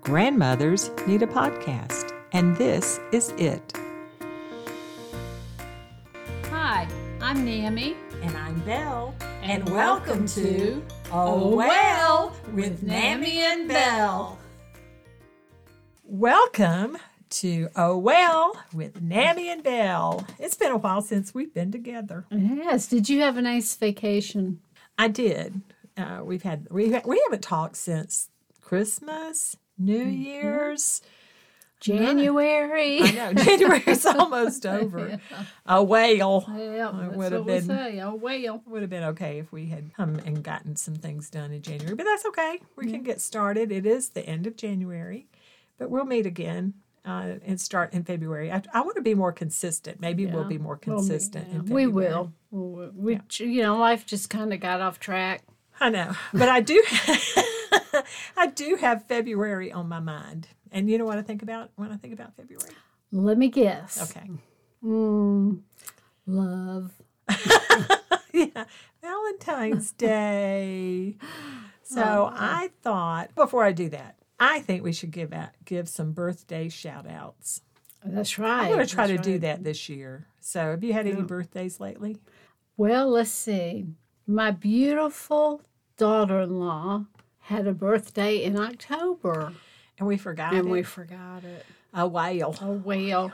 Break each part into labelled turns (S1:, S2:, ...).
S1: Grandmothers Need a Podcast, and this is it.
S2: Hi, I'm Naomi.
S3: And I'm Belle.
S2: And welcome to
S3: Oh Well with Nammy and Belle.
S1: Welcome to Oh Well with Nammy and Belle. It's been a while since we've been together.
S2: Yes, did you have a nice vacation?
S1: I did. Uh, we've had we ha- we haven't talked since Christmas, New Year's.
S2: January.
S1: Mm-hmm. I know January's almost over. A whale.
S2: Yeah, that's
S1: would've
S2: what we
S1: been-
S2: say. Oh well.
S1: would have been okay if we had come and gotten some things done in January, but that's okay. We can get started. It is the end of January, but we'll meet again uh, and start in February. I, I want to be more consistent. Maybe we'll
S2: Yeah.
S1: be more
S2: We'll meet
S1: consistent.
S2: now.
S1: in
S2: we
S1: February.
S2: will. We, we you know, life just kind of got off track.
S1: I know, but I do. I do have February on my mind, and you know what I think about when I think about February.
S2: Let me guess.
S1: Okay,
S2: Mm, love.
S1: yeah, Valentine's Day.
S2: Oh,
S1: So I thought before I do that, I think we should give out give some birthday shout outs.
S2: That's right.
S1: I'm going to try to
S2: that's
S1: do
S2: right.
S1: that this year. So have you had any birthdays lately?
S2: Well, let's see. My beautiful daughter-in-law had a birthday in October,
S1: And we forgot
S2: and we
S1: it.
S2: forgot it.
S1: a whale.
S2: Oh well.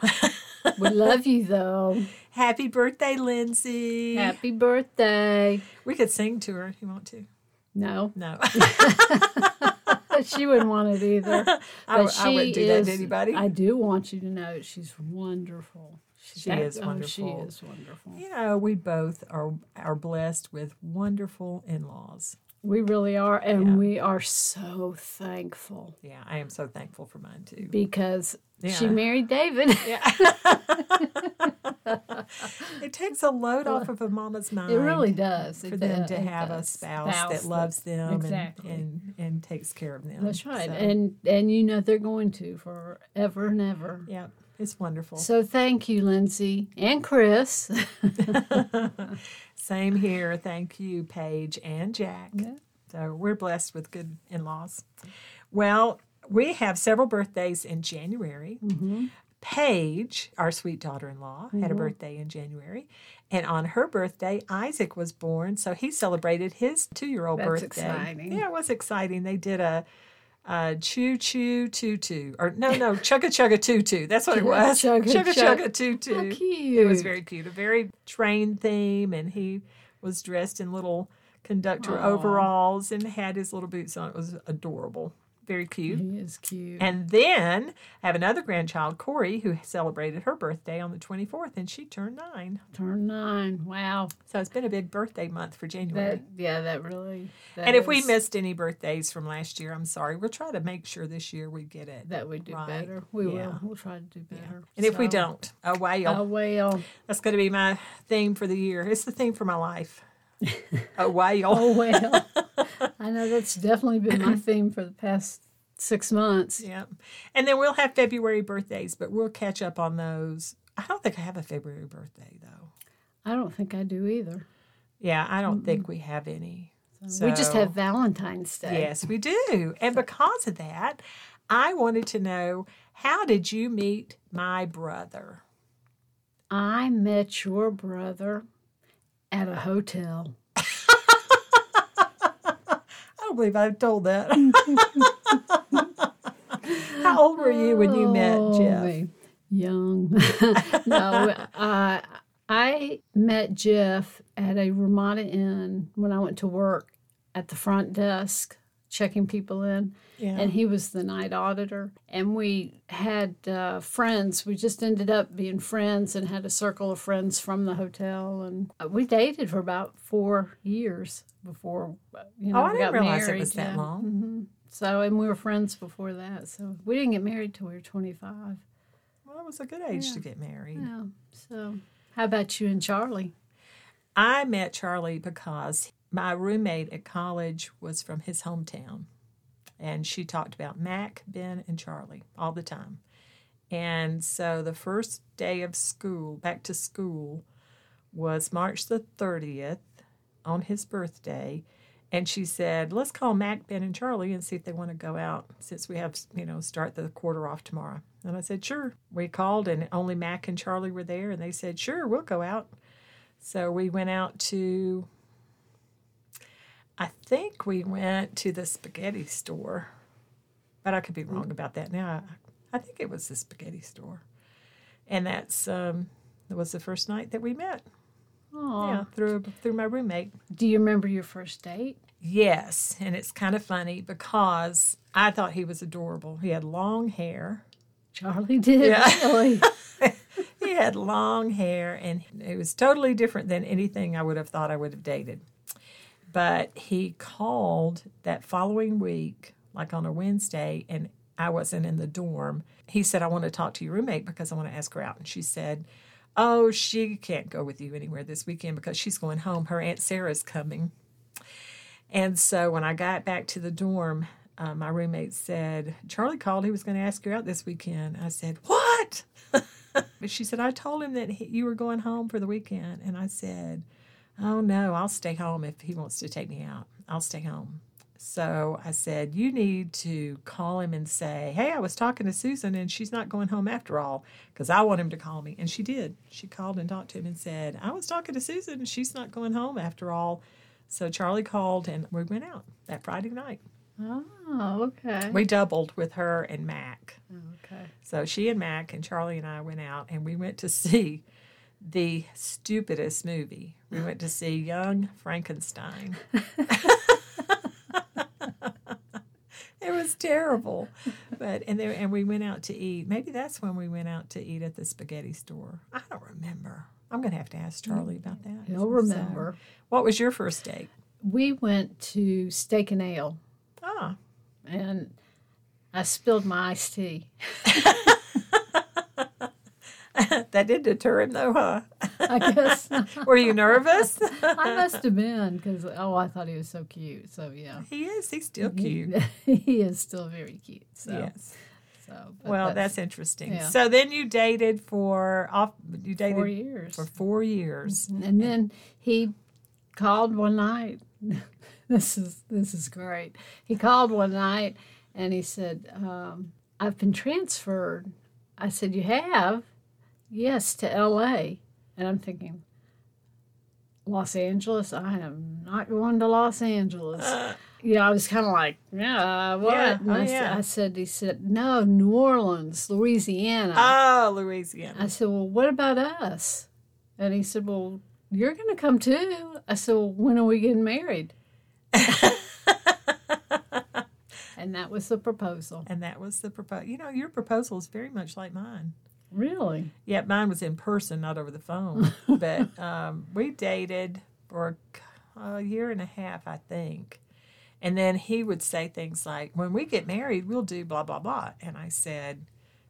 S2: we love you though.
S1: Happy birthday, Lindsay.
S2: Happy birthday.
S1: We could sing to her if you want to.
S2: No,
S1: No,
S2: she wouldn't want it either. But
S1: I, w- I
S2: she
S1: wouldn't do that
S2: is-
S1: to anybody.
S2: I do want you to know she's wonderful. She's oh,
S1: She is wonderful.
S2: she is wonderful.
S1: you know, we both are are blessed with wonderful in laws.
S2: We really are, and
S1: Yeah.
S2: we are so thankful
S1: Yeah, I am so thankful for mine too.
S2: because she
S1: Yeah.
S2: married David.
S1: Yeah. it takes a load off of a mama's mind.
S2: it really does.
S1: For
S2: It
S1: them
S2: does.
S1: to
S2: It
S1: have a
S2: does.
S1: spouse, that loves them
S2: exactly.
S1: and, and, and takes care of them.
S2: That's right,
S1: So,
S2: and and you know they're going to forever and ever.
S1: yeah, it's wonderful.
S2: So thank you, Lindsay and Chris.
S1: Same here. Thank you, Paige and Jack.
S2: Yeah.
S1: So we're blessed with good in laws. Well, we have several birthdays in January.
S2: Mm-hmm.
S1: Paige, our sweet daughter in law, had a birthday in January. And on her birthday, Isaac was born. So he celebrated his two year old
S2: That's
S1: birthday.
S2: exciting.
S1: Yeah, it was exciting. They did a, a choo choo tutu. Or no, no, chugga chugga tutu. That's what it was.
S2: Chugga
S1: chugga
S2: chug-
S1: chugga tutu.
S2: How
S1: It was
S2: cute.
S1: very cute. A very train theme, and he was dressed in little conductor overalls and had his little boots on. It was adorable. Very cute.
S2: He is cute.
S1: And then I have another grandchild, Corey, who celebrated her birthday on the 24th, and she turned nine.
S2: Turn nine. Wow.
S1: So it's been a big birthday month for January.
S2: That yeah, that really. that
S1: and if we
S2: is-
S1: missed any birthdays from last year, I'm sorry. We'll try to make sure this year we get it.
S2: that, we do
S1: right,
S2: better. We
S1: yeah.
S2: will. We'll try to do better.
S1: and if we
S2: So,
S1: don't, oh well.
S2: oh well.
S1: That's going to be my theme for the year. It's the theme for my life. oh well.
S2: Oh well. I know that's definitely been my theme for the past six months.
S1: Yeah. And then we'll have February birthdays, but we'll catch up on those. I don't think I have a February birthday though.
S2: I don't think I do either.
S1: Yeah, I don't think we have any.
S2: we just
S1: So-
S2: have Valentine's Day.
S1: Yes, we do. And because of that, I wanted to know how did you meet my brother?
S2: I met your brother at a hotel.
S1: I don't believe I've told that. how old were you when you met
S2: Oh,
S1: Jeff?
S2: me. Young. no, uh, I met Jeff at a Ramada Inn when I went to work at the front desk checking people in.
S1: Yeah.
S2: And he was the night auditor. And we had uh, friends. We just ended up being friends and had a circle of friends from the hotel. And uh, we dated for about four years before, uh, you know,
S1: Oh, I
S2: we
S1: didn't
S2: got
S1: realize
S2: married.
S1: it was that
S2: Yeah. Mm-hmm.
S1: long.
S2: So, and we were friends before that. So, we didn't get married till we were 25.
S1: Well, it was a good age to get married.
S2: Yeah. So, how about you and Charlie?
S1: I met Charlie because my roommate at college was from his hometown. And she talked about Mac, Ben, and Charlie all the time. And so the first day of school, back to school, was March the 30th on his birthday. And she said, let's call Mac, Ben, and Charlie and see if they want to go out since we have, you know, start the quarter off tomorrow. And I said, sure. We called and only Mac and Charlie were there. And they said, sure, we'll go out. So we went out to, I think we went to the spaghetti store, but I could be wrong about that now. I, I think it was the spaghetti store. And that's, um, that was the first night that we met.
S2: Aw.
S1: Yeah, through through my roommate.
S2: Do you remember your first date?
S1: Yes, and it's kind of funny because I thought he was adorable. He had long hair.
S2: Charlie did.
S1: Yeah.
S2: Really?
S1: He had long hair, and it was totally different than anything I would have thought I would have dated. But he called that following week, like on a Wednesday, and I wasn't in the dorm. He said, I want to talk to your roommate because I want to ask her out. And she said, Oh, she can't go with you anywhere this weekend because she's going home. Her Aunt Sarah's coming. And so when I got back to the dorm, uh, my roommate said, Charlie called. He was going to ask you out this weekend. I said, What? but she said, I told him that he, you were going home for the weekend. And I said, Oh no, I'll stay home if he wants to take me out. I'll stay home. So I said, You need to call him and say, Hey, I was talking to Susan and she's not going home after all because I want him to call me. And she did. She called and talked to him and said, I was talking to Susan and she's not going home after all. So Charlie called and we went out that Friday night.
S2: Oh, okay.
S1: We doubled with her and Mac.
S2: Oh, Okay.
S1: So she and Mac and Charlie and I went out and we went to see the stupidest movie. We went to see Young Frankenstein. it was terrible. But and there and we went out to eat. Maybe that's when we went out to eat at the spaghetti store. I don't remember. I'm gonna have to ask Charlie about that.
S2: He'll remember.
S1: So, what was your first date?
S2: We went to Steak and Ale
S1: Ah,
S2: and I spilled my iced tea.
S1: that did deter him though, huh?
S2: I guess
S1: Were you nervous?
S2: I must have been because, oh, I thought he was so cute. So, yeah.
S1: he is. He's still
S2: Mm-hmm.
S1: cute.
S2: he is still very cute. So,
S1: Yes.
S2: so but
S1: Well, that's, interesting.
S2: yeah.
S1: So then you dated for off. You dated
S2: four years.
S1: for four years.
S2: And then he called one night. this is this is great. He called one night and he said, um, "I've been transferred." I said, "You have?" Yes, to L.A. And I'm thinking, Los Angeles. I am not going to Los Angeles. you know, I was kind of like, yeah, what?
S1: Yeah,
S2: And
S1: oh,
S2: I, s-
S1: yeah.
S2: I said, he said, no, New Orleans, Louisiana.
S1: Oh, Louisiana.
S2: I said, Well, what about us? And he said, Well, you're going to come too. I said, Well, when are we getting married? and that was the proposal.
S1: And that was the proposal. You know, your proposal is very much like mine.
S2: Really?
S1: Yeah, mine was in person, not over the phone. but um, we dated for a c- a year and a half, I think. And then he would say things like, when we get married, we'll do blah, blah, blah. And I said,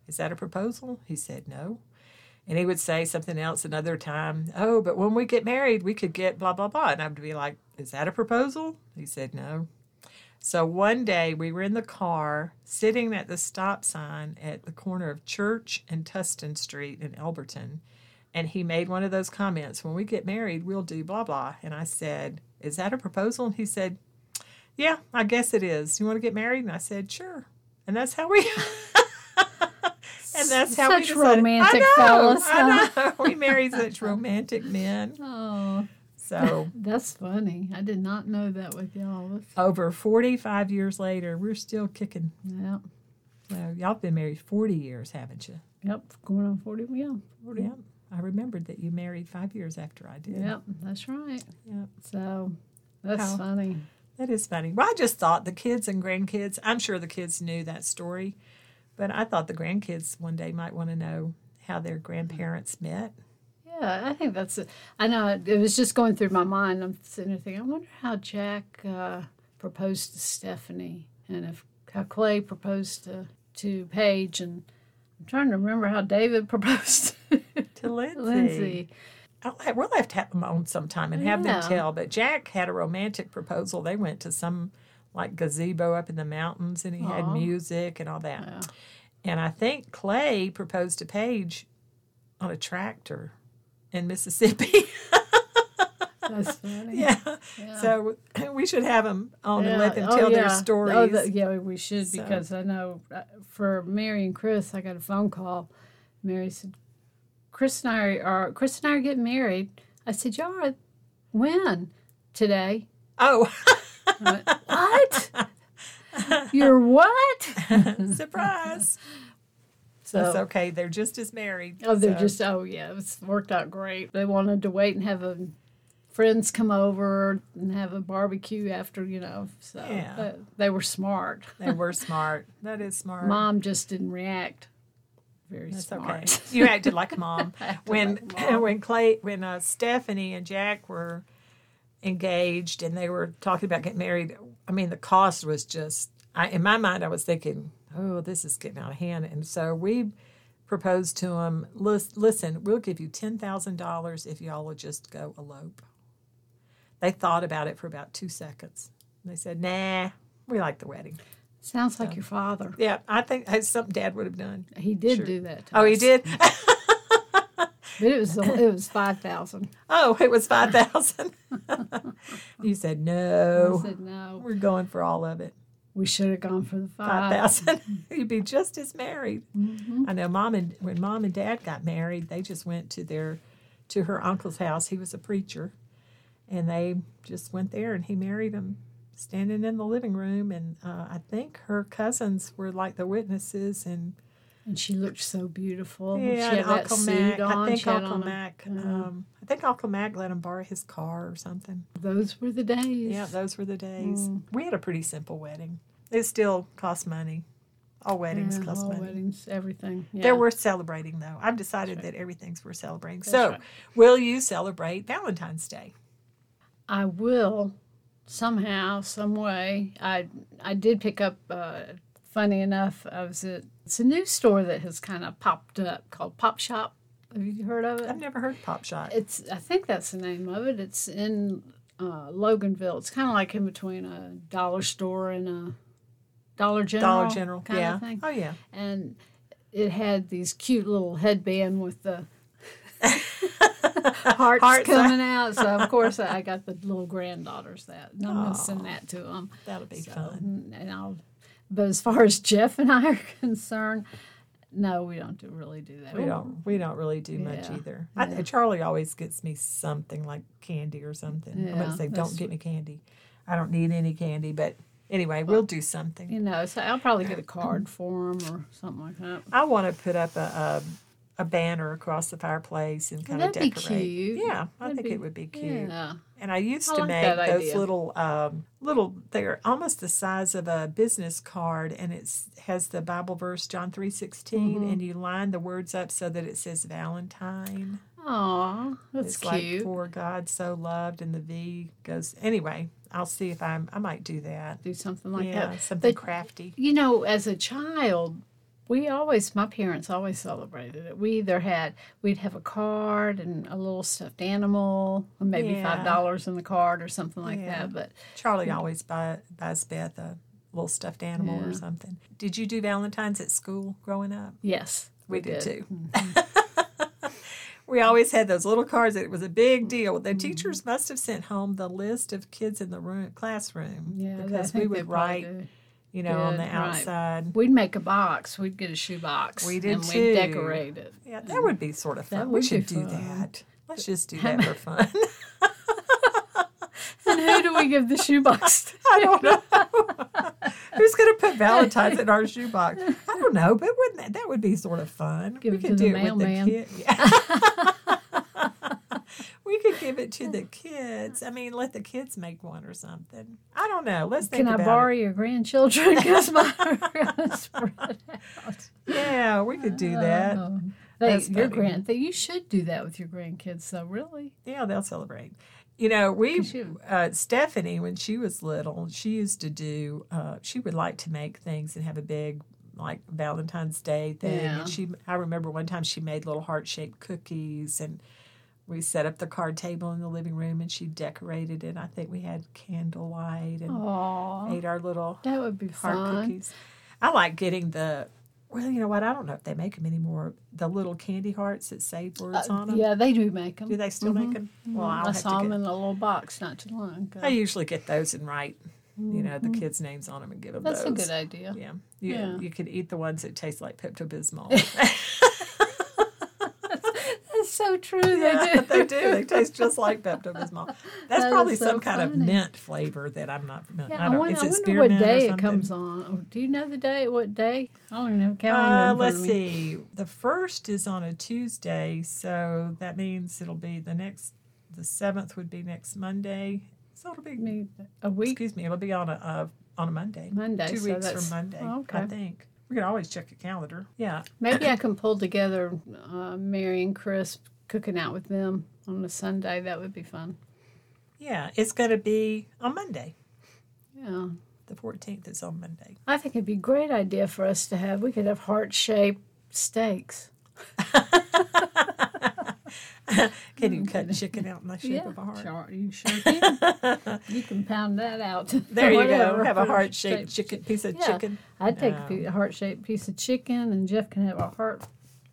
S1: Is that a proposal? He said, No. And he would say something else another time. Oh, but when we get married, we could get blah, blah, blah. And I'd be like, Is that a proposal? He said, No. So one day we were in the car sitting at the stop sign at the corner of Church and Tustin Street in Elberton. And he made one of those comments when we get married, we'll do blah, blah. And I said, Is that a proposal? And he said, Yeah, I guess it is. You want to get married? And I said, Sure. And that's how we. And that's how we
S2: Such
S1: decided- I
S2: romantic
S1: know,
S2: fellas,
S1: I know. We married such romantic men.
S2: Oh,
S1: So
S2: that's funny. I did not know that with y'all. That's-
S1: over 45 years later, we're still kicking.
S2: Yeah.
S1: So y'all been married 40 years, haven't you?
S2: Yep. Going on 40. Yeah. 40.
S1: Yeah. I remembered that you married five years after I did.
S2: Yep. That's right.
S1: Yep.
S2: So that's
S1: How-
S2: funny.
S1: That is funny. Well, I just thought the kids and grandkids, I'm sure the kids knew that story, but I thought the grandkids one day might want to know how their grandparents met.
S2: Yeah, I think that's it. I know it it was just going through my mind. I'm sitting there thinking, I wonder how Jack uh, proposed to Stephanie, and if how Clay proposed to to Paige, and I'm trying to remember how David proposed to
S1: To Lindsay.
S2: Lindsay.
S1: I'll have, we'll have to have them on sometime and have
S2: Yeah.
S1: them tell. But Jack had a romantic proposal. They went to some like gazebo up in the mountains and he had
S2: Aw.
S1: music and all that. And I think Clay proposed to Paige on a tractor in Mississippi.
S2: That's funny.
S1: Yeah.
S2: Yeah.
S1: So we should have them on and let them
S2: Oh,
S1: tell
S2: yeah.
S1: their stories.
S2: Oh, that- yeah, we should
S1: So-
S2: because I know uh, for Mary and Chris, I got a phone call. Mary said, "Chris and I are Chris and I are getting married." I said, "Y'all are when today?"
S1: oh,
S2: I went, what? You're what?
S1: surprise. That's
S2: So,
S1: okay. They're just as married.
S2: oh, they're
S1: so-
S2: just oh yeah, it's worked out great. They wanted to wait and have a friends come over and have a barbecue after you know. So
S1: Yeah.
S2: uh, they were smart.
S1: They were smart. That is smart.
S2: Mom just didn't react very
S1: That's
S2: smart.
S1: okay. You acted like mom.
S2: acted
S1: when
S2: like mom.
S1: when Clay when uh, Stephanie and Jack were engaged and they were talking about getting married, I mean the cost was just I in my mind I was thinking, oh, this is getting out of hand. And so we proposed to him, "Lis- listen, we'll give you $10,000 if y'all will just go elope. They thought about it for about 2 seconds. And they said, "Nah, we like the wedding."
S2: Sounds like your father.
S1: Yeah, I think that's something dad would have done.
S2: He did do that. To
S1: Oh, he
S2: us.
S1: did.
S2: But it was it was five thousand.
S1: Oh, it was five thousand. you said
S2: I
S1: no.
S2: said no.
S1: We're going for all of it.
S2: We should have gone for the
S1: Five
S2: five.
S1: thousand. You'd be just as married.
S2: Mm-hmm.
S1: I know. Mom and when mom and dad got married, they just went to their to her uncle's house. He was a preacher, and they just went there, and he married him standing in the living room. And uh, I think her cousins were like the witnesses, and
S2: And she looked so beautiful.
S1: yeah,
S2: Oh, she
S1: and
S2: had that
S1: Uncle
S2: suit
S1: Mac.
S2: on.
S1: I think
S2: she had
S1: Uncle
S2: on a-
S1: Mac.
S2: uh,
S1: um, I think Uncle Mac let him borrow his car or something.
S2: those were the days.
S1: Yeah, those were the days. Mm. We had a pretty simple wedding. It still cost money. All weddings
S2: Yeah,
S1: cost
S2: all
S1: money.
S2: weddings, everything. Yeah.
S1: They're worth celebrating, though. I've decided that everything's worth celebrating. so,
S2: right.
S1: will you celebrate Valentine's Day?
S2: I will somehow, some way. I I did pick up. Uh, funny enough, I was at it's a new store that has kind of popped up called Pop Shop. Have you heard of it?
S1: I've never heard Pop Shot.
S2: It's I think that's the name of it. It's in uh, Loganville. It's kind of like in between a dollar store and a Dollar General.
S1: Dollar General.
S2: kind
S1: yeah.
S2: of thing.
S1: Oh, yeah.
S2: And it had these cute little headband with the hearts,
S1: Hearts.
S2: coming out. So of course I I got the little granddaughters that, and I'm gonna send that to them.
S1: That'll be
S2: So,
S1: fun.
S2: n- and I'll, but as far as Jeff and I are concerned, no, we don't do, really do that.
S1: We don't. We don't really do much
S2: Yeah,
S1: either. I think Charlie always gets me something like candy or something. I'm
S2: Yeah,
S1: gonna say,
S2: that's-
S1: "Don't get me candy. I don't need any candy." But anyway, we'll do something.
S2: You know, so I'll probably get a card for them or something like that.
S1: I want to put up a, a a banner across the fireplace and kind
S2: That'd be
S1: of decorate.
S2: cute.
S1: Yeah, I
S2: That'd
S1: think
S2: be-
S1: it would be cute.
S2: Yeah.
S1: And I used
S2: I
S1: to
S2: like
S1: make
S2: that
S1: those
S2: idea.
S1: little um, little. They're almost the size of a business card, and it's has the Bible verse John three
S2: Mm-hmm.
S1: and you line the words up so that it says Valentine.
S2: Aw, that's
S1: it's like
S2: cute.
S1: for God so loved, and the V goes. Anyway, I'll see if I'm. I might do that.
S2: do something like
S1: yeah,
S2: that.
S1: something
S2: But,
S1: crafty.
S2: you know, as a child, we always, my parents always celebrated it. We either had, we'd have a card and a little stuffed animal, or maybe
S1: Yeah.
S2: $5 in the card or something like
S1: Yeah.
S2: that. But
S1: Charlie always buy, buys Beth a little stuffed animal or
S2: Yeah.
S1: something. Did you do Valentine's at school growing up?
S2: yes, we, did. Mm-hmm.
S1: too. we always had those little cards. It was a big deal. The teachers must have sent home the list of kids in the room, classroom
S2: Yeah, I
S1: because
S2: think
S1: we
S2: they
S1: would
S2: probably
S1: write,
S2: did.
S1: you know, on
S2: did,
S1: the
S2: right.
S1: outside.
S2: We'd make a box. We'd get a shoe box.
S1: We did
S2: and
S1: too.
S2: We'd decorate it.
S1: Yeah, that would be sort of
S2: That
S1: fun.
S2: would
S1: We
S2: be
S1: should do
S2: fun.
S1: that. Let's just do that for fun.
S2: And who do we give the shoe box to?
S1: I don't know. Who's going to put Valentine's in our shoebox? I don't know, but wouldn't that, that would be sort of fun?
S2: Give
S1: we
S2: it
S1: could
S2: to
S1: do
S2: the
S1: it
S2: mailman.
S1: with the kids. we could give it to the kids. I mean, let the kids make one or something. I don't know. Let's think
S2: Can I
S1: about
S2: borrow
S1: it.
S2: your grandchildren? Because mine are gonna spread out.
S1: Yeah, we could do that.
S2: Oh, they-
S1: That's
S2: your
S1: funny.
S2: grand, that you should do that with your grandkids. So really,
S1: Yeah, they'll celebrate. You know, we
S2: Could you-
S1: uh, Stephanie when she was little, she used to do. Uh, she would like to make things and have a big like Valentine's Day thing.
S2: Yeah.
S1: And she, I remember one time she made little heart shaped cookies, and we set up the card table in the living room, and she decorated it. I think we had candlelight and
S2: oh,
S1: ate our little
S2: that would be
S1: heart
S2: fun.
S1: cookies. I like getting the Well, you know what? I don't know if they make them anymore. The little candy hearts that say words on them.
S2: Uh, Yeah, they do make them.
S1: Do they still make them? Well, I'll
S2: I
S1: have
S2: saw
S1: to
S2: them
S1: get,
S2: in a little box not too long ago.
S1: I usually get those and write, you know, the kids' names on them and give them
S2: Mm-hmm. That's
S1: those.
S2: a good idea.
S1: Yeah. You,
S2: Yeah.
S1: you could eat the ones that taste like Pepto Bismol.
S2: That's so true.
S1: Yeah,
S2: They
S1: they
S2: do.
S1: do. They taste just like Pepto Bismol. That's
S2: That is
S1: probably
S2: so
S1: some kind of
S2: funny.
S1: mint flavor that I'm not. familiar.
S2: Yeah,
S1: I
S2: I,
S1: don't.
S2: wonder,
S1: it's
S2: I wonder what
S1: spearmint or
S2: day it
S1: something.
S2: comes on. Oh, Do you know the day? What day? I don't even have a calendar.
S1: Uh,
S2: in front
S1: let's
S2: of me.
S1: see. The first is on a Tuesday, so that means it'll be the next. The seventh would be next Monday, so it'll be.
S2: Maybe A week
S1: Excuse me. It'll be on a uh, on a Monday.
S2: Monday.
S1: Two
S2: so
S1: weeks
S2: that's,
S1: from Monday, I
S2: Okay.
S1: think. oh, We can always check the calendar. Yeah.
S2: Maybe I can pull together uh, Mary and Chris cooking out with them on a Sunday. That would be fun.
S1: Yeah. It's going to be on Monday.
S2: Yeah.
S1: The 14th is on Monday.
S2: I think it'd be a great idea for us to have. We could have heart shaped steaks.
S1: Can you cut chicken out in the shape of a heart?
S2: Sure, you sure can. you can pound that out.
S1: There you go.
S2: Whatever.
S1: Have a heart shaped chicken piece of
S2: Yeah.
S1: chicken.
S2: I'd take
S1: No.
S2: a pe- a heart shaped piece of chicken, and Jeff can have a heart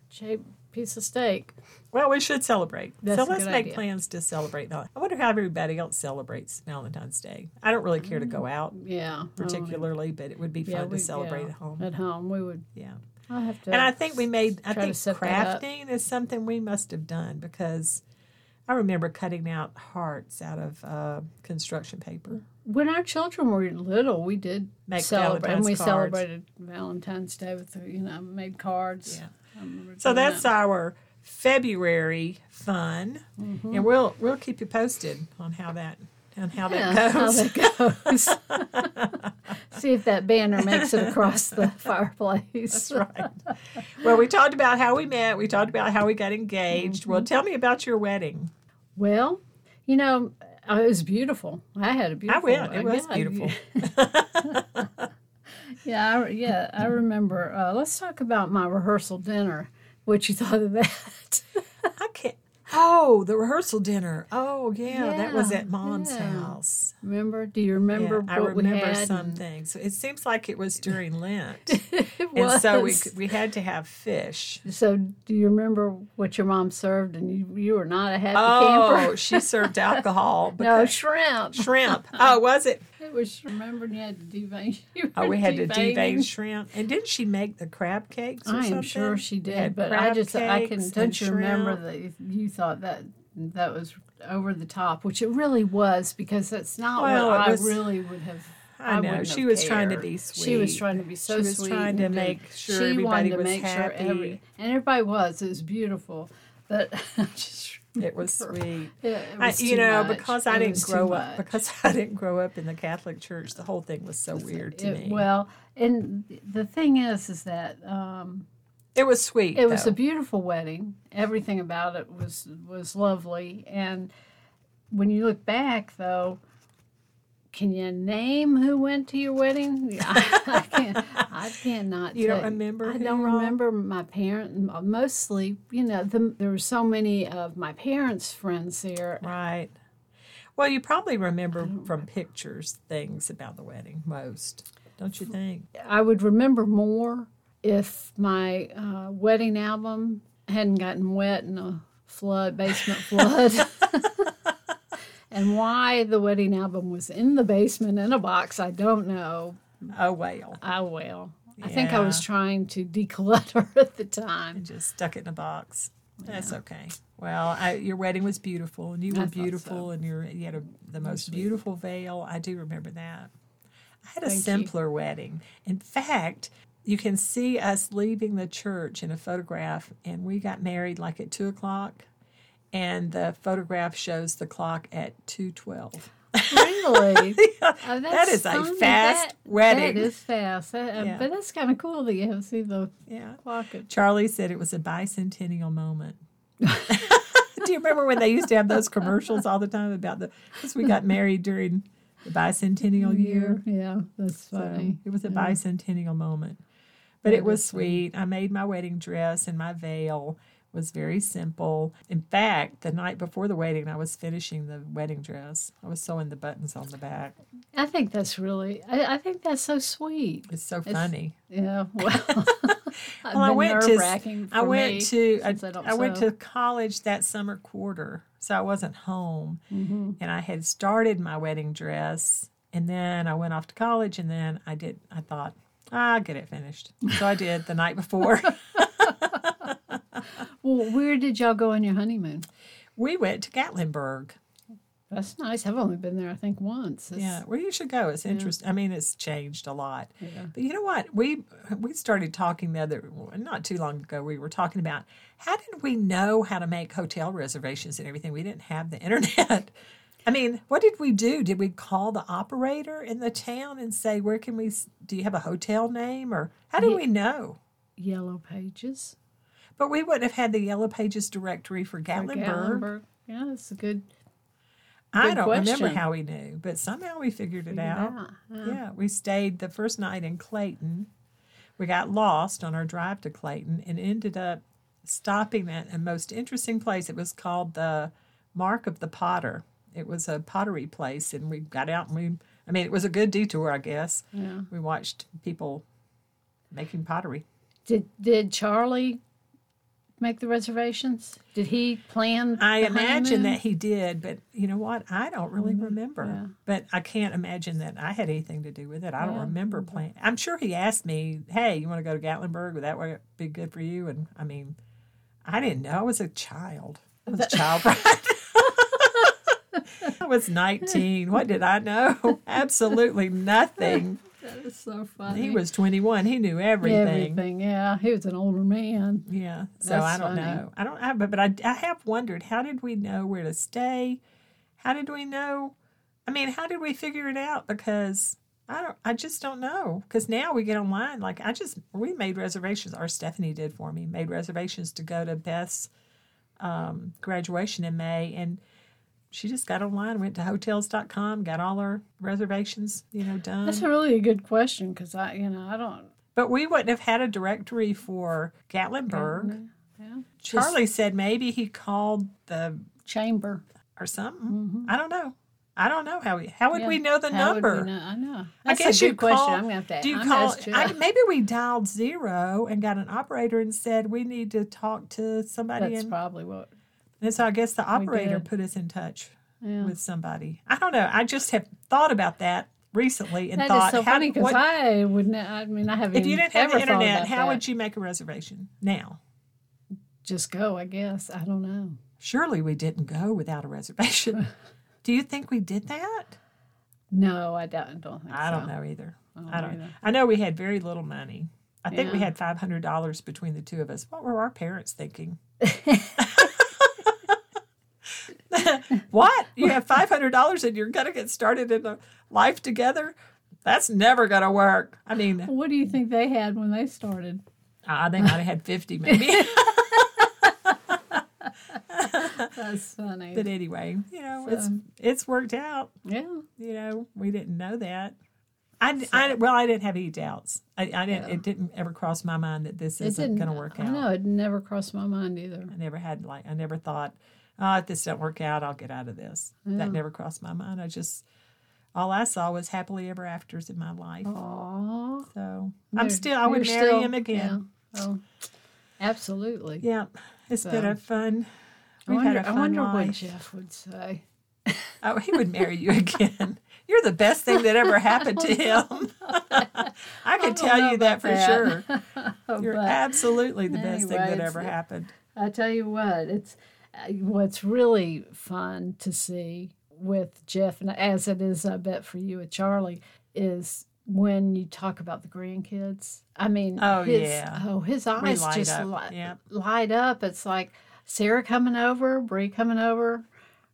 S2: shaped piece of steak.
S1: Well, we should celebrate.
S2: That's
S1: so
S2: a
S1: let's
S2: good
S1: make
S2: idea.
S1: plans to celebrate. Val- I wonder how everybody else celebrates Valentine's Day. I don't really care to go out
S2: Mm. Oh, Yeah. I don't know.
S1: particularly, but it would be fun
S2: Yeah, Uh,
S1: to
S2: we-
S1: celebrate
S2: yeah.
S1: at home.
S2: At home, we would.
S1: Yeah.
S2: I have to.
S1: And I think we made, I
S2: Try to
S1: think
S2: set that up.
S1: crafting is something we must have done because I remember cutting out hearts out of uh, construction paper.
S2: when our children were little, we did
S1: Make
S2: celebrate, and
S1: Valentine's
S2: we
S1: cards.
S2: celebrated Valentine's Day with the, you know made cards.
S1: Yeah.
S2: I remember
S1: So
S2: doing that.
S1: that's our February fun,
S2: Mm-hmm.
S1: and we'll we'll keep you posted on how that on how
S2: yeah,
S1: that
S2: how
S1: goes.
S2: that goes. See if that banner makes it across the fireplace.
S1: That's right. Well, we talked about how we met. We talked about how we got engaged.
S2: Mm-hmm.
S1: Well, tell me about your wedding.
S2: Well, you know, uh, it was beautiful. I had a
S1: I
S2: beautiful.
S1: went. It was
S2: yeah,
S1: beautiful.
S2: Yeah, I, yeah, I remember. Uh, let's talk about my rehearsal dinner. What you thought of that?
S1: I can't. Oh, the rehearsal dinner. Oh, yeah, that was
S2: Yeah,
S1: at Mom's
S2: yeah.
S1: house.
S2: remember? Do you
S1: Yeah,
S2: remember
S1: I
S2: what we
S1: remember
S2: had?
S1: some things. So it seems like it was during Lent,
S2: It was.
S1: and so we c- we had to have fish.
S2: So, do you remember what your mom served? And you, you were not a happy
S1: Oh,
S2: camper.
S1: she served alcohol.
S2: No
S1: because-
S2: shrimp.
S1: shrimp. Oh, was it?
S2: It was remembered you had to devein. you
S1: Oh,
S2: were
S1: we had to
S2: deveining.
S1: devein shrimp. And didn't she make the crab cakes or
S2: I am
S1: something?
S2: sure she
S1: We
S2: did,
S1: had
S2: but I
S1: crab
S2: just I can
S1: cakes
S2: don't
S1: and
S2: you remember
S1: shrimp.
S2: that if you thought that that was over the top, which it really was because that's not
S1: Well,
S2: what
S1: it
S2: I
S1: was-
S2: really would have.
S1: I know.
S2: wouldn't
S1: She
S2: have
S1: was trying to
S2: cared.
S1: be
S2: She was
S1: sweet.
S2: trying to be so
S1: She was
S2: sweet.
S1: trying
S2: and
S1: to
S2: do-
S1: make sure
S2: she
S1: everybody
S2: wanted to
S1: was
S2: make
S1: happy.
S2: Sure every, and everybody was. It was beautiful, but I just
S1: It was
S2: remember-
S1: sweet.
S2: Yeah, it
S1: I,
S2: was
S1: you
S2: too
S1: know,
S2: much.
S1: because I
S2: It
S1: didn't
S2: was too
S1: grow up,
S2: much.
S1: because I didn't grow up in the Catholic Church, the whole thing was so weird to
S2: It-
S1: me.
S2: Well, and the thing is, is that um,
S1: it was sweet.
S2: it was
S1: though.
S2: a beautiful wedding. Everything about it was was lovely. And when you look back, though, can you name who went to your wedding? Yeah, I can't. I cannot.
S1: You don't
S2: tell
S1: remember
S2: I
S1: who
S2: don't
S1: were all-
S2: remember my parents. Mostly, you know, the, there were so many of my parents' friends there.
S1: right. Well, you probably remember
S2: Mm-hmm.
S1: from pictures things about the wedding most, don't you think?
S2: I would remember more if my uh, wedding album hadn't gotten wet in a flood, basement flood. and why the wedding album was in the basement in a box, I don't know.
S1: Oh well,
S2: I will. I think I was
S1: Yeah.
S2: trying to declutter at the time.
S1: just stuck it in a box. That's okay. Well, I, your wedding was beautiful, and you were
S2: thought so.
S1: beautiful, and you're, you had a, the most beautiful veil. I do remember that. I had a
S2: Thank you.
S1: simpler wedding. In fact, you can see us leaving the church in a photograph, and we got married like at two o'clock, and the photograph shows the clock at two twelve.
S2: Really? Oh,
S1: That is a
S2: funny.
S1: fast wedding.
S2: That is fast. That- uh,
S1: Yeah.
S2: But that's kind of cool that you have seen the
S1: Yeah.
S2: clock. At,
S1: Charlie said it was a bicentennial moment. Do you remember when they used to have those commercials all the time about the because we got married during the bicentennial year?
S2: Yeah, Mm-hmm. that's
S1: So
S2: funny.
S1: it was a bicentennial moment. But it was sweet. I made my wedding dress and my veil was very simple. In fact, the night before the wedding, I was finishing the wedding dress. I was sewing the buttons on the back.
S2: I think that's really, I, I think that's so sweet.
S1: It's so funny.
S2: Yeah, well,
S1: Well, I
S2: been
S1: went to
S2: nerve-wracking
S1: I
S2: for
S1: went
S2: me,
S1: to I,
S2: since I don't
S1: I went
S2: sew.
S1: to college that summer quarter, so I wasn't home,
S2: Mm-hmm.
S1: and I had started my wedding dress, and then I went off to college, and then I did. I thought "Ah, I'll get it finished, so I did the night before.
S2: Well, where did y'all go on your honeymoon?
S1: we went to Gatlinburg.
S2: That's nice. I've only been there, I think, once. It's-
S1: Yeah, well, you should go. It's interesting. I mean, it's changed a lot.
S2: Yeah.
S1: But you know what? We we started talking the other not too long ago. We were talking about how did we know how to make hotel reservations and everything? We didn't have the internet. I mean, what did we do? Did we call the operator in the town and say, "Where can we? s- Do you have a hotel name?" Or how do we know?
S2: Yellow Pages.
S1: But we wouldn't have had the Yellow Pages directory for
S2: or
S1: Gatlinburg.
S2: Gatlinburg. Yeah, that's a good.
S1: I
S2: Good
S1: don't remember
S2: question.
S1: how we knew, but somehow we figured it out. Yeah, we stayed the first night in Clayton. We got lost on our drive to Clayton and ended up stopping at a most interesting place. It was called the Mark of the Potter. It was a pottery place, and we got out and we, I mean, it was a good detour, I guess.
S2: Yeah.
S1: We watched people making pottery.
S2: Did Did Charlie make the reservations? Did he plan?
S1: I
S2: the
S1: imagine
S2: honeymoon? Mm-hmm.
S1: that he did, but you know what? I don't really remember. But I can't imagine that I had anything to do with it. I don't remember
S2: Mm-hmm.
S1: playing. I'm sure he asked me, "Hey, you want to go to Gatlinburg? Would that way be good for you?" And I mean, I didn't know. I was a child. I was a child bride. I was 19. What did I know? Absolutely nothing.
S2: That is so funny.
S1: He was 21. He knew everything.
S2: everything. Yeah, he was an older man.
S1: Yeah. So
S2: That's
S1: I don't
S2: funny.
S1: know. I don't have, but, but I, I have wondered how did we know where to stay? How did we know? I mean, how did we figure it out? Because I don't, I just don't know. Because now we get online. Like I just, we made reservations, or Stephanie did for me, made reservations to go to Beth's um, graduation in May. And she just got online, went to hotels.com, got all our reservations, you know, done.
S2: That's a really good question because I, you know, I don't.
S1: But we wouldn't have had a directory for
S2: Mm-hmm.
S1: Gatlinburg.
S2: Yeah.
S1: Charlie said maybe he called the
S2: Chamber. Mm-hmm.
S1: or something. I don't know. I don't know how we how would
S2: Yeah.
S1: we know the
S2: How would we
S1: number?
S2: know? I know.
S1: I
S2: That's
S1: guess
S2: a good
S1: you
S2: question.
S1: Call,
S2: I'm gonna have to.
S1: do you
S2: I'm
S1: call?
S2: ask you.
S1: I, maybe we dialed zero and got an operator and said we need to talk to somebody,
S2: That's
S1: and,
S2: probably what.
S1: and so I guess the operator
S2: did.
S1: put us in touch
S2: Yeah.
S1: with somebody. I don't know. I just have thought about that recently and
S2: That is
S1: thought
S2: so
S1: how,
S2: funny because
S1: what-
S2: I wouldn't. I mean, I haven't.
S1: if you didn't have
S2: ever
S1: the
S2: thought
S1: internet,
S2: about
S1: how
S2: that.
S1: would you make a reservation now?
S2: just go? I guess I don't know.
S1: Surely we didn't go without a reservation. do you think we did that?
S2: No, I don't. Don't think
S1: I
S2: so.
S1: don't know either. I don't.
S2: don't either.
S1: I know we had very little money. I think we
S2: Oh, Yeah.
S1: had five hundred dollars between the two of us. What were our parents thinking? what you have five hundred dollars and you're gonna get started in a life together? That's never gonna work. I mean,
S2: What do you think they had when they started?
S1: I think I'd have had fifty maybe.
S2: That's funny.
S1: but anyway, you know, it's it's worked out.
S2: yeah.
S1: you know, we didn't know that. I, d- I- well, I didn't have any doubts. I, I didn't. It didn't ever cross my mind that this
S2: It
S1: isn't
S2: didn't
S1: going to work out.
S2: I know it never crossed my mind either.
S1: I never had like I never thought, oh, if this don't work out, I'll get out of this.
S2: Mm-hmm.
S1: That never crossed my mind. I just all I saw was happily ever afters in my life.
S2: Oh, Aww.
S1: So I'm still I would marry him again.
S2: Yeah. Oh, absolutely.
S1: Yeah, it's been
S2: So-
S1: a fun.
S2: I
S1: We've
S2: wonder,
S1: had a
S2: I
S1: fun
S2: wonder what
S1: life.
S2: Jeff would say.
S1: Oh, he would marry you again. You're the best thing that ever happened to him. I could
S2: don't
S1: tell
S2: know
S1: you that
S2: about
S1: for
S2: that.
S1: sure.
S2: Oh,
S1: You're
S2: but
S1: absolutely the best
S2: anyway,
S1: thing that
S2: it's-
S1: ever happened.
S2: I tell you what, it's uh, what's really fun to see with Jeff, and as it is, I bet for you with Charlie, is when you talk about the grandkids. I mean,
S1: Oh,
S2: his,
S1: yeah.
S2: oh, his eyes
S1: light
S2: just
S1: up,
S2: Light,
S1: yep.
S2: light up. It's like Sarah coming over, Bree coming over.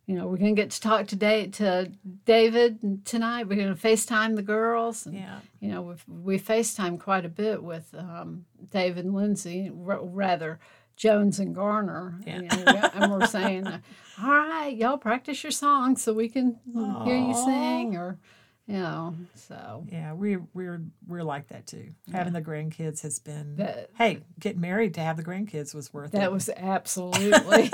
S2: You know, we're gonna get to talk today to David tonight. We're gonna Facetime the girls. And,
S1: Yeah.
S2: you know, we've, we FaceTime quite a bit with um, Dave and Lindsay, r- rather Jones and Garner.
S1: Yeah.
S2: you know, and we're saying, all right, y'all practice your songs so we can hear you sing or, you know, so.
S1: Yeah, we we're we're like that too. Having the grandkids has been
S2: That-
S1: hey, getting married to have the grandkids was worth it.
S2: That was absolutely. it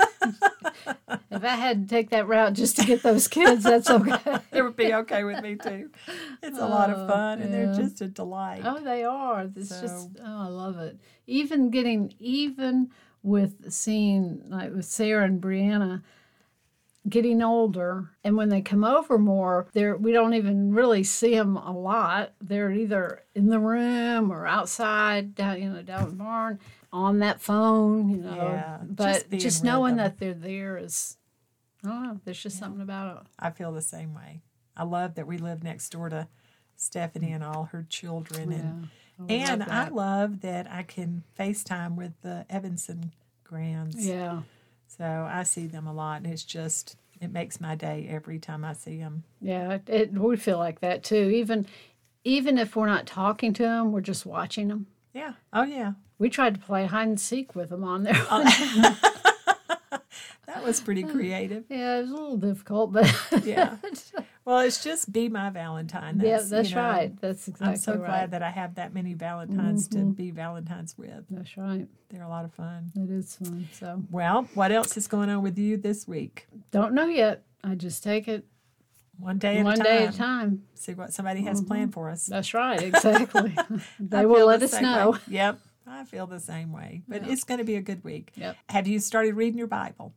S2: if I had to take that route just to get those kids, that's okay.
S1: it would be okay with me too. It's a lot of
S2: Oh,
S1: fun, and they're
S2: yeah.
S1: just a delight.
S2: Oh, they are. It's just
S1: So-
S2: oh, I love it. Even getting even with seeing like with Sarah and Brianna getting older, and when they come over more, they're we don't even really see them a lot. They're either in the room or outside, down you know down in the barn on that phone, you know.
S1: Yeah, just
S2: but
S1: being
S2: just, knowing
S1: with 'em.
S2: that they're there is. I don't know. There's just something about
S1: I feel the same way. I love that we live next door to Stephanie and all her children,
S2: it.
S1: and
S2: Yeah, I would love
S1: and I
S2: that.
S1: love that I can FaceTime with the Evanson grands.
S2: yeah,
S1: So I see them a lot, and it's just it makes my day every time I see them.
S2: Yeah, it, it we feel like that too. Even even if we're not talking to them, we're just watching them.
S1: Yeah. Oh yeah.
S2: We tried to play hide and seek with them on there.
S1: Uh, That was pretty creative.
S2: yeah, it was a little difficult, but
S1: Yeah. Well, it's just be my Valentine.
S2: yeah, that's
S1: you know,
S2: right. That's exactly
S1: I'm so
S2: right. Mm-hmm.
S1: glad that I have that many Valentines to be Valentines with.
S2: that's right.
S1: They're a lot of fun.
S2: It is fun. So
S1: Well, what else is going on with you this week?
S2: don't know yet. I just take it
S1: One day at
S2: one
S1: a time.
S2: day at a time.
S1: See what somebody has planned for us.
S2: That's right. Exactly.
S1: I
S2: they
S1: feel
S2: will let
S1: the
S2: us
S1: same
S2: know.
S1: way. Yep. I feel the same way. But it's going to be a good week.
S2: Yep.
S1: Have you started reading your Bible?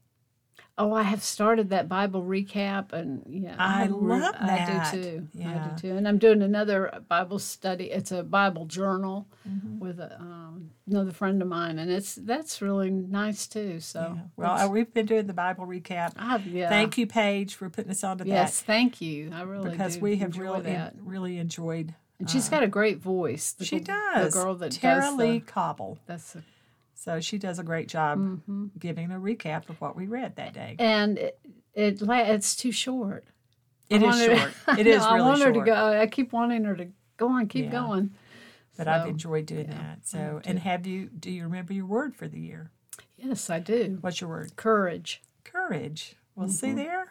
S2: Oh, I have started that Bible recap, and yeah,
S1: I
S2: have re-
S1: love that.
S2: I do too. I
S1: Yeah.
S2: do too. And I'm doing another Bible study. It's a Bible journal
S1: Mm-hmm.
S2: with a, um, another friend of mine, and it's that's really nice too. So,
S1: Yeah. Well, uh, we've been doing the Bible recap.
S2: Oh, I, yeah,
S1: Thank you, Paige, for putting us onto
S2: Yes, thank you. I
S1: that
S2: really
S1: because
S2: do
S1: we have
S2: enjoy
S1: really
S2: that.
S1: really enjoyed.
S2: and she's got a great voice. The
S1: She
S2: gl-
S1: does.
S2: The girl that
S1: Tara
S2: does the-
S1: Lee Cobble.
S2: that's a,
S1: So she does a great job
S2: Mm-hmm.
S1: giving a recap of what we read that day.
S2: and it, it la- it's too short. I
S1: It is
S2: want her to-
S1: short. It
S2: I
S1: is
S2: know,
S1: really
S2: I want
S1: short.
S2: her to go. I keep wanting her to go on, keep
S1: Yeah.
S2: going.
S1: But I've
S2: So,
S1: enjoyed doing that. So, and have you? Do you remember your word for the year?
S2: Yes, I do.
S1: What's your word?
S2: Courage.
S1: Courage. We'll see
S2: Mm-hmm.
S1: there.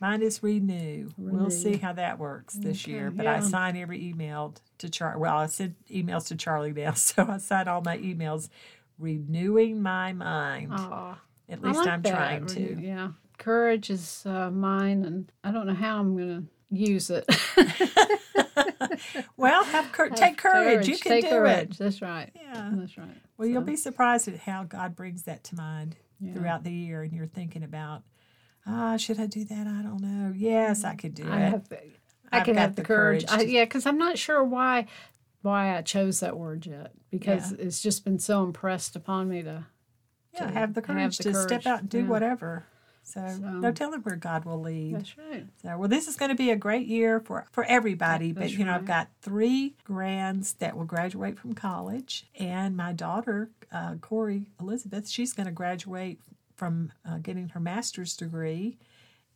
S1: Mine is renew. We'll see how that works this year. But I
S2: yeah.
S1: sign every email to Charlie. Well, I send emails to Charlie now, so I sign all my emails. Renewing my mind.
S2: Aw.
S1: At
S2: I
S1: least
S2: like
S1: I'm
S2: that,
S1: trying
S2: Ruth.
S1: to.
S2: Yeah. Courage is uh, mine, and I don't know how I'm going to use it.
S1: Well, have cour- take courage. You can
S2: Take
S1: do
S2: courage.
S1: it.
S2: That's right.
S1: Yeah.
S2: That's right.
S1: Well, you'll be surprised at how God brings that to mind
S2: Yeah.
S1: throughout the year, and you're thinking about, ah, should I do that? I don't know. Yes, I could do
S2: I
S1: it.
S2: have. The, I
S1: I've
S2: can
S1: got
S2: have
S1: the
S2: the courage.
S1: courage
S2: I,
S1: to-
S2: yeah, because I'm not sure why why I chose that word yet, because it's just been so impressed upon me to.
S1: yeah,
S2: to
S1: have the
S2: have
S1: courage
S2: the
S1: to step
S2: courage.
S1: out and do
S2: Yeah.
S1: whatever. So, no
S2: So-
S1: telling where God will lead.
S2: That's right.
S1: So, well, this is going to be a great year for for everybody. But
S2: That's
S1: you know, I've
S2: right.
S1: got three grands that will graduate from college, and my daughter uh, Corey Elizabeth, she's going to graduate from uh, getting her master's degree,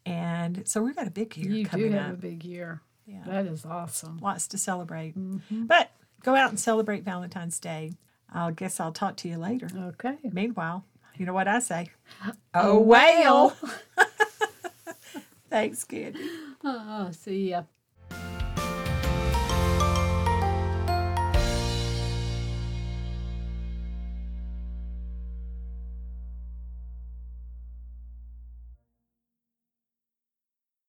S1: and so we've got a big year
S2: You do
S1: coming
S2: have a
S1: up.
S2: big year.
S1: Yeah.
S2: That is awesome.
S1: lots to celebrate.
S2: Mm-hmm.
S1: But go out and celebrate Valentine's Day. I guess I'll talk to you later.
S2: Okay.
S1: Meanwhile, you know what I say? Oh, well. Thanks, kid.
S2: Oh, see ya.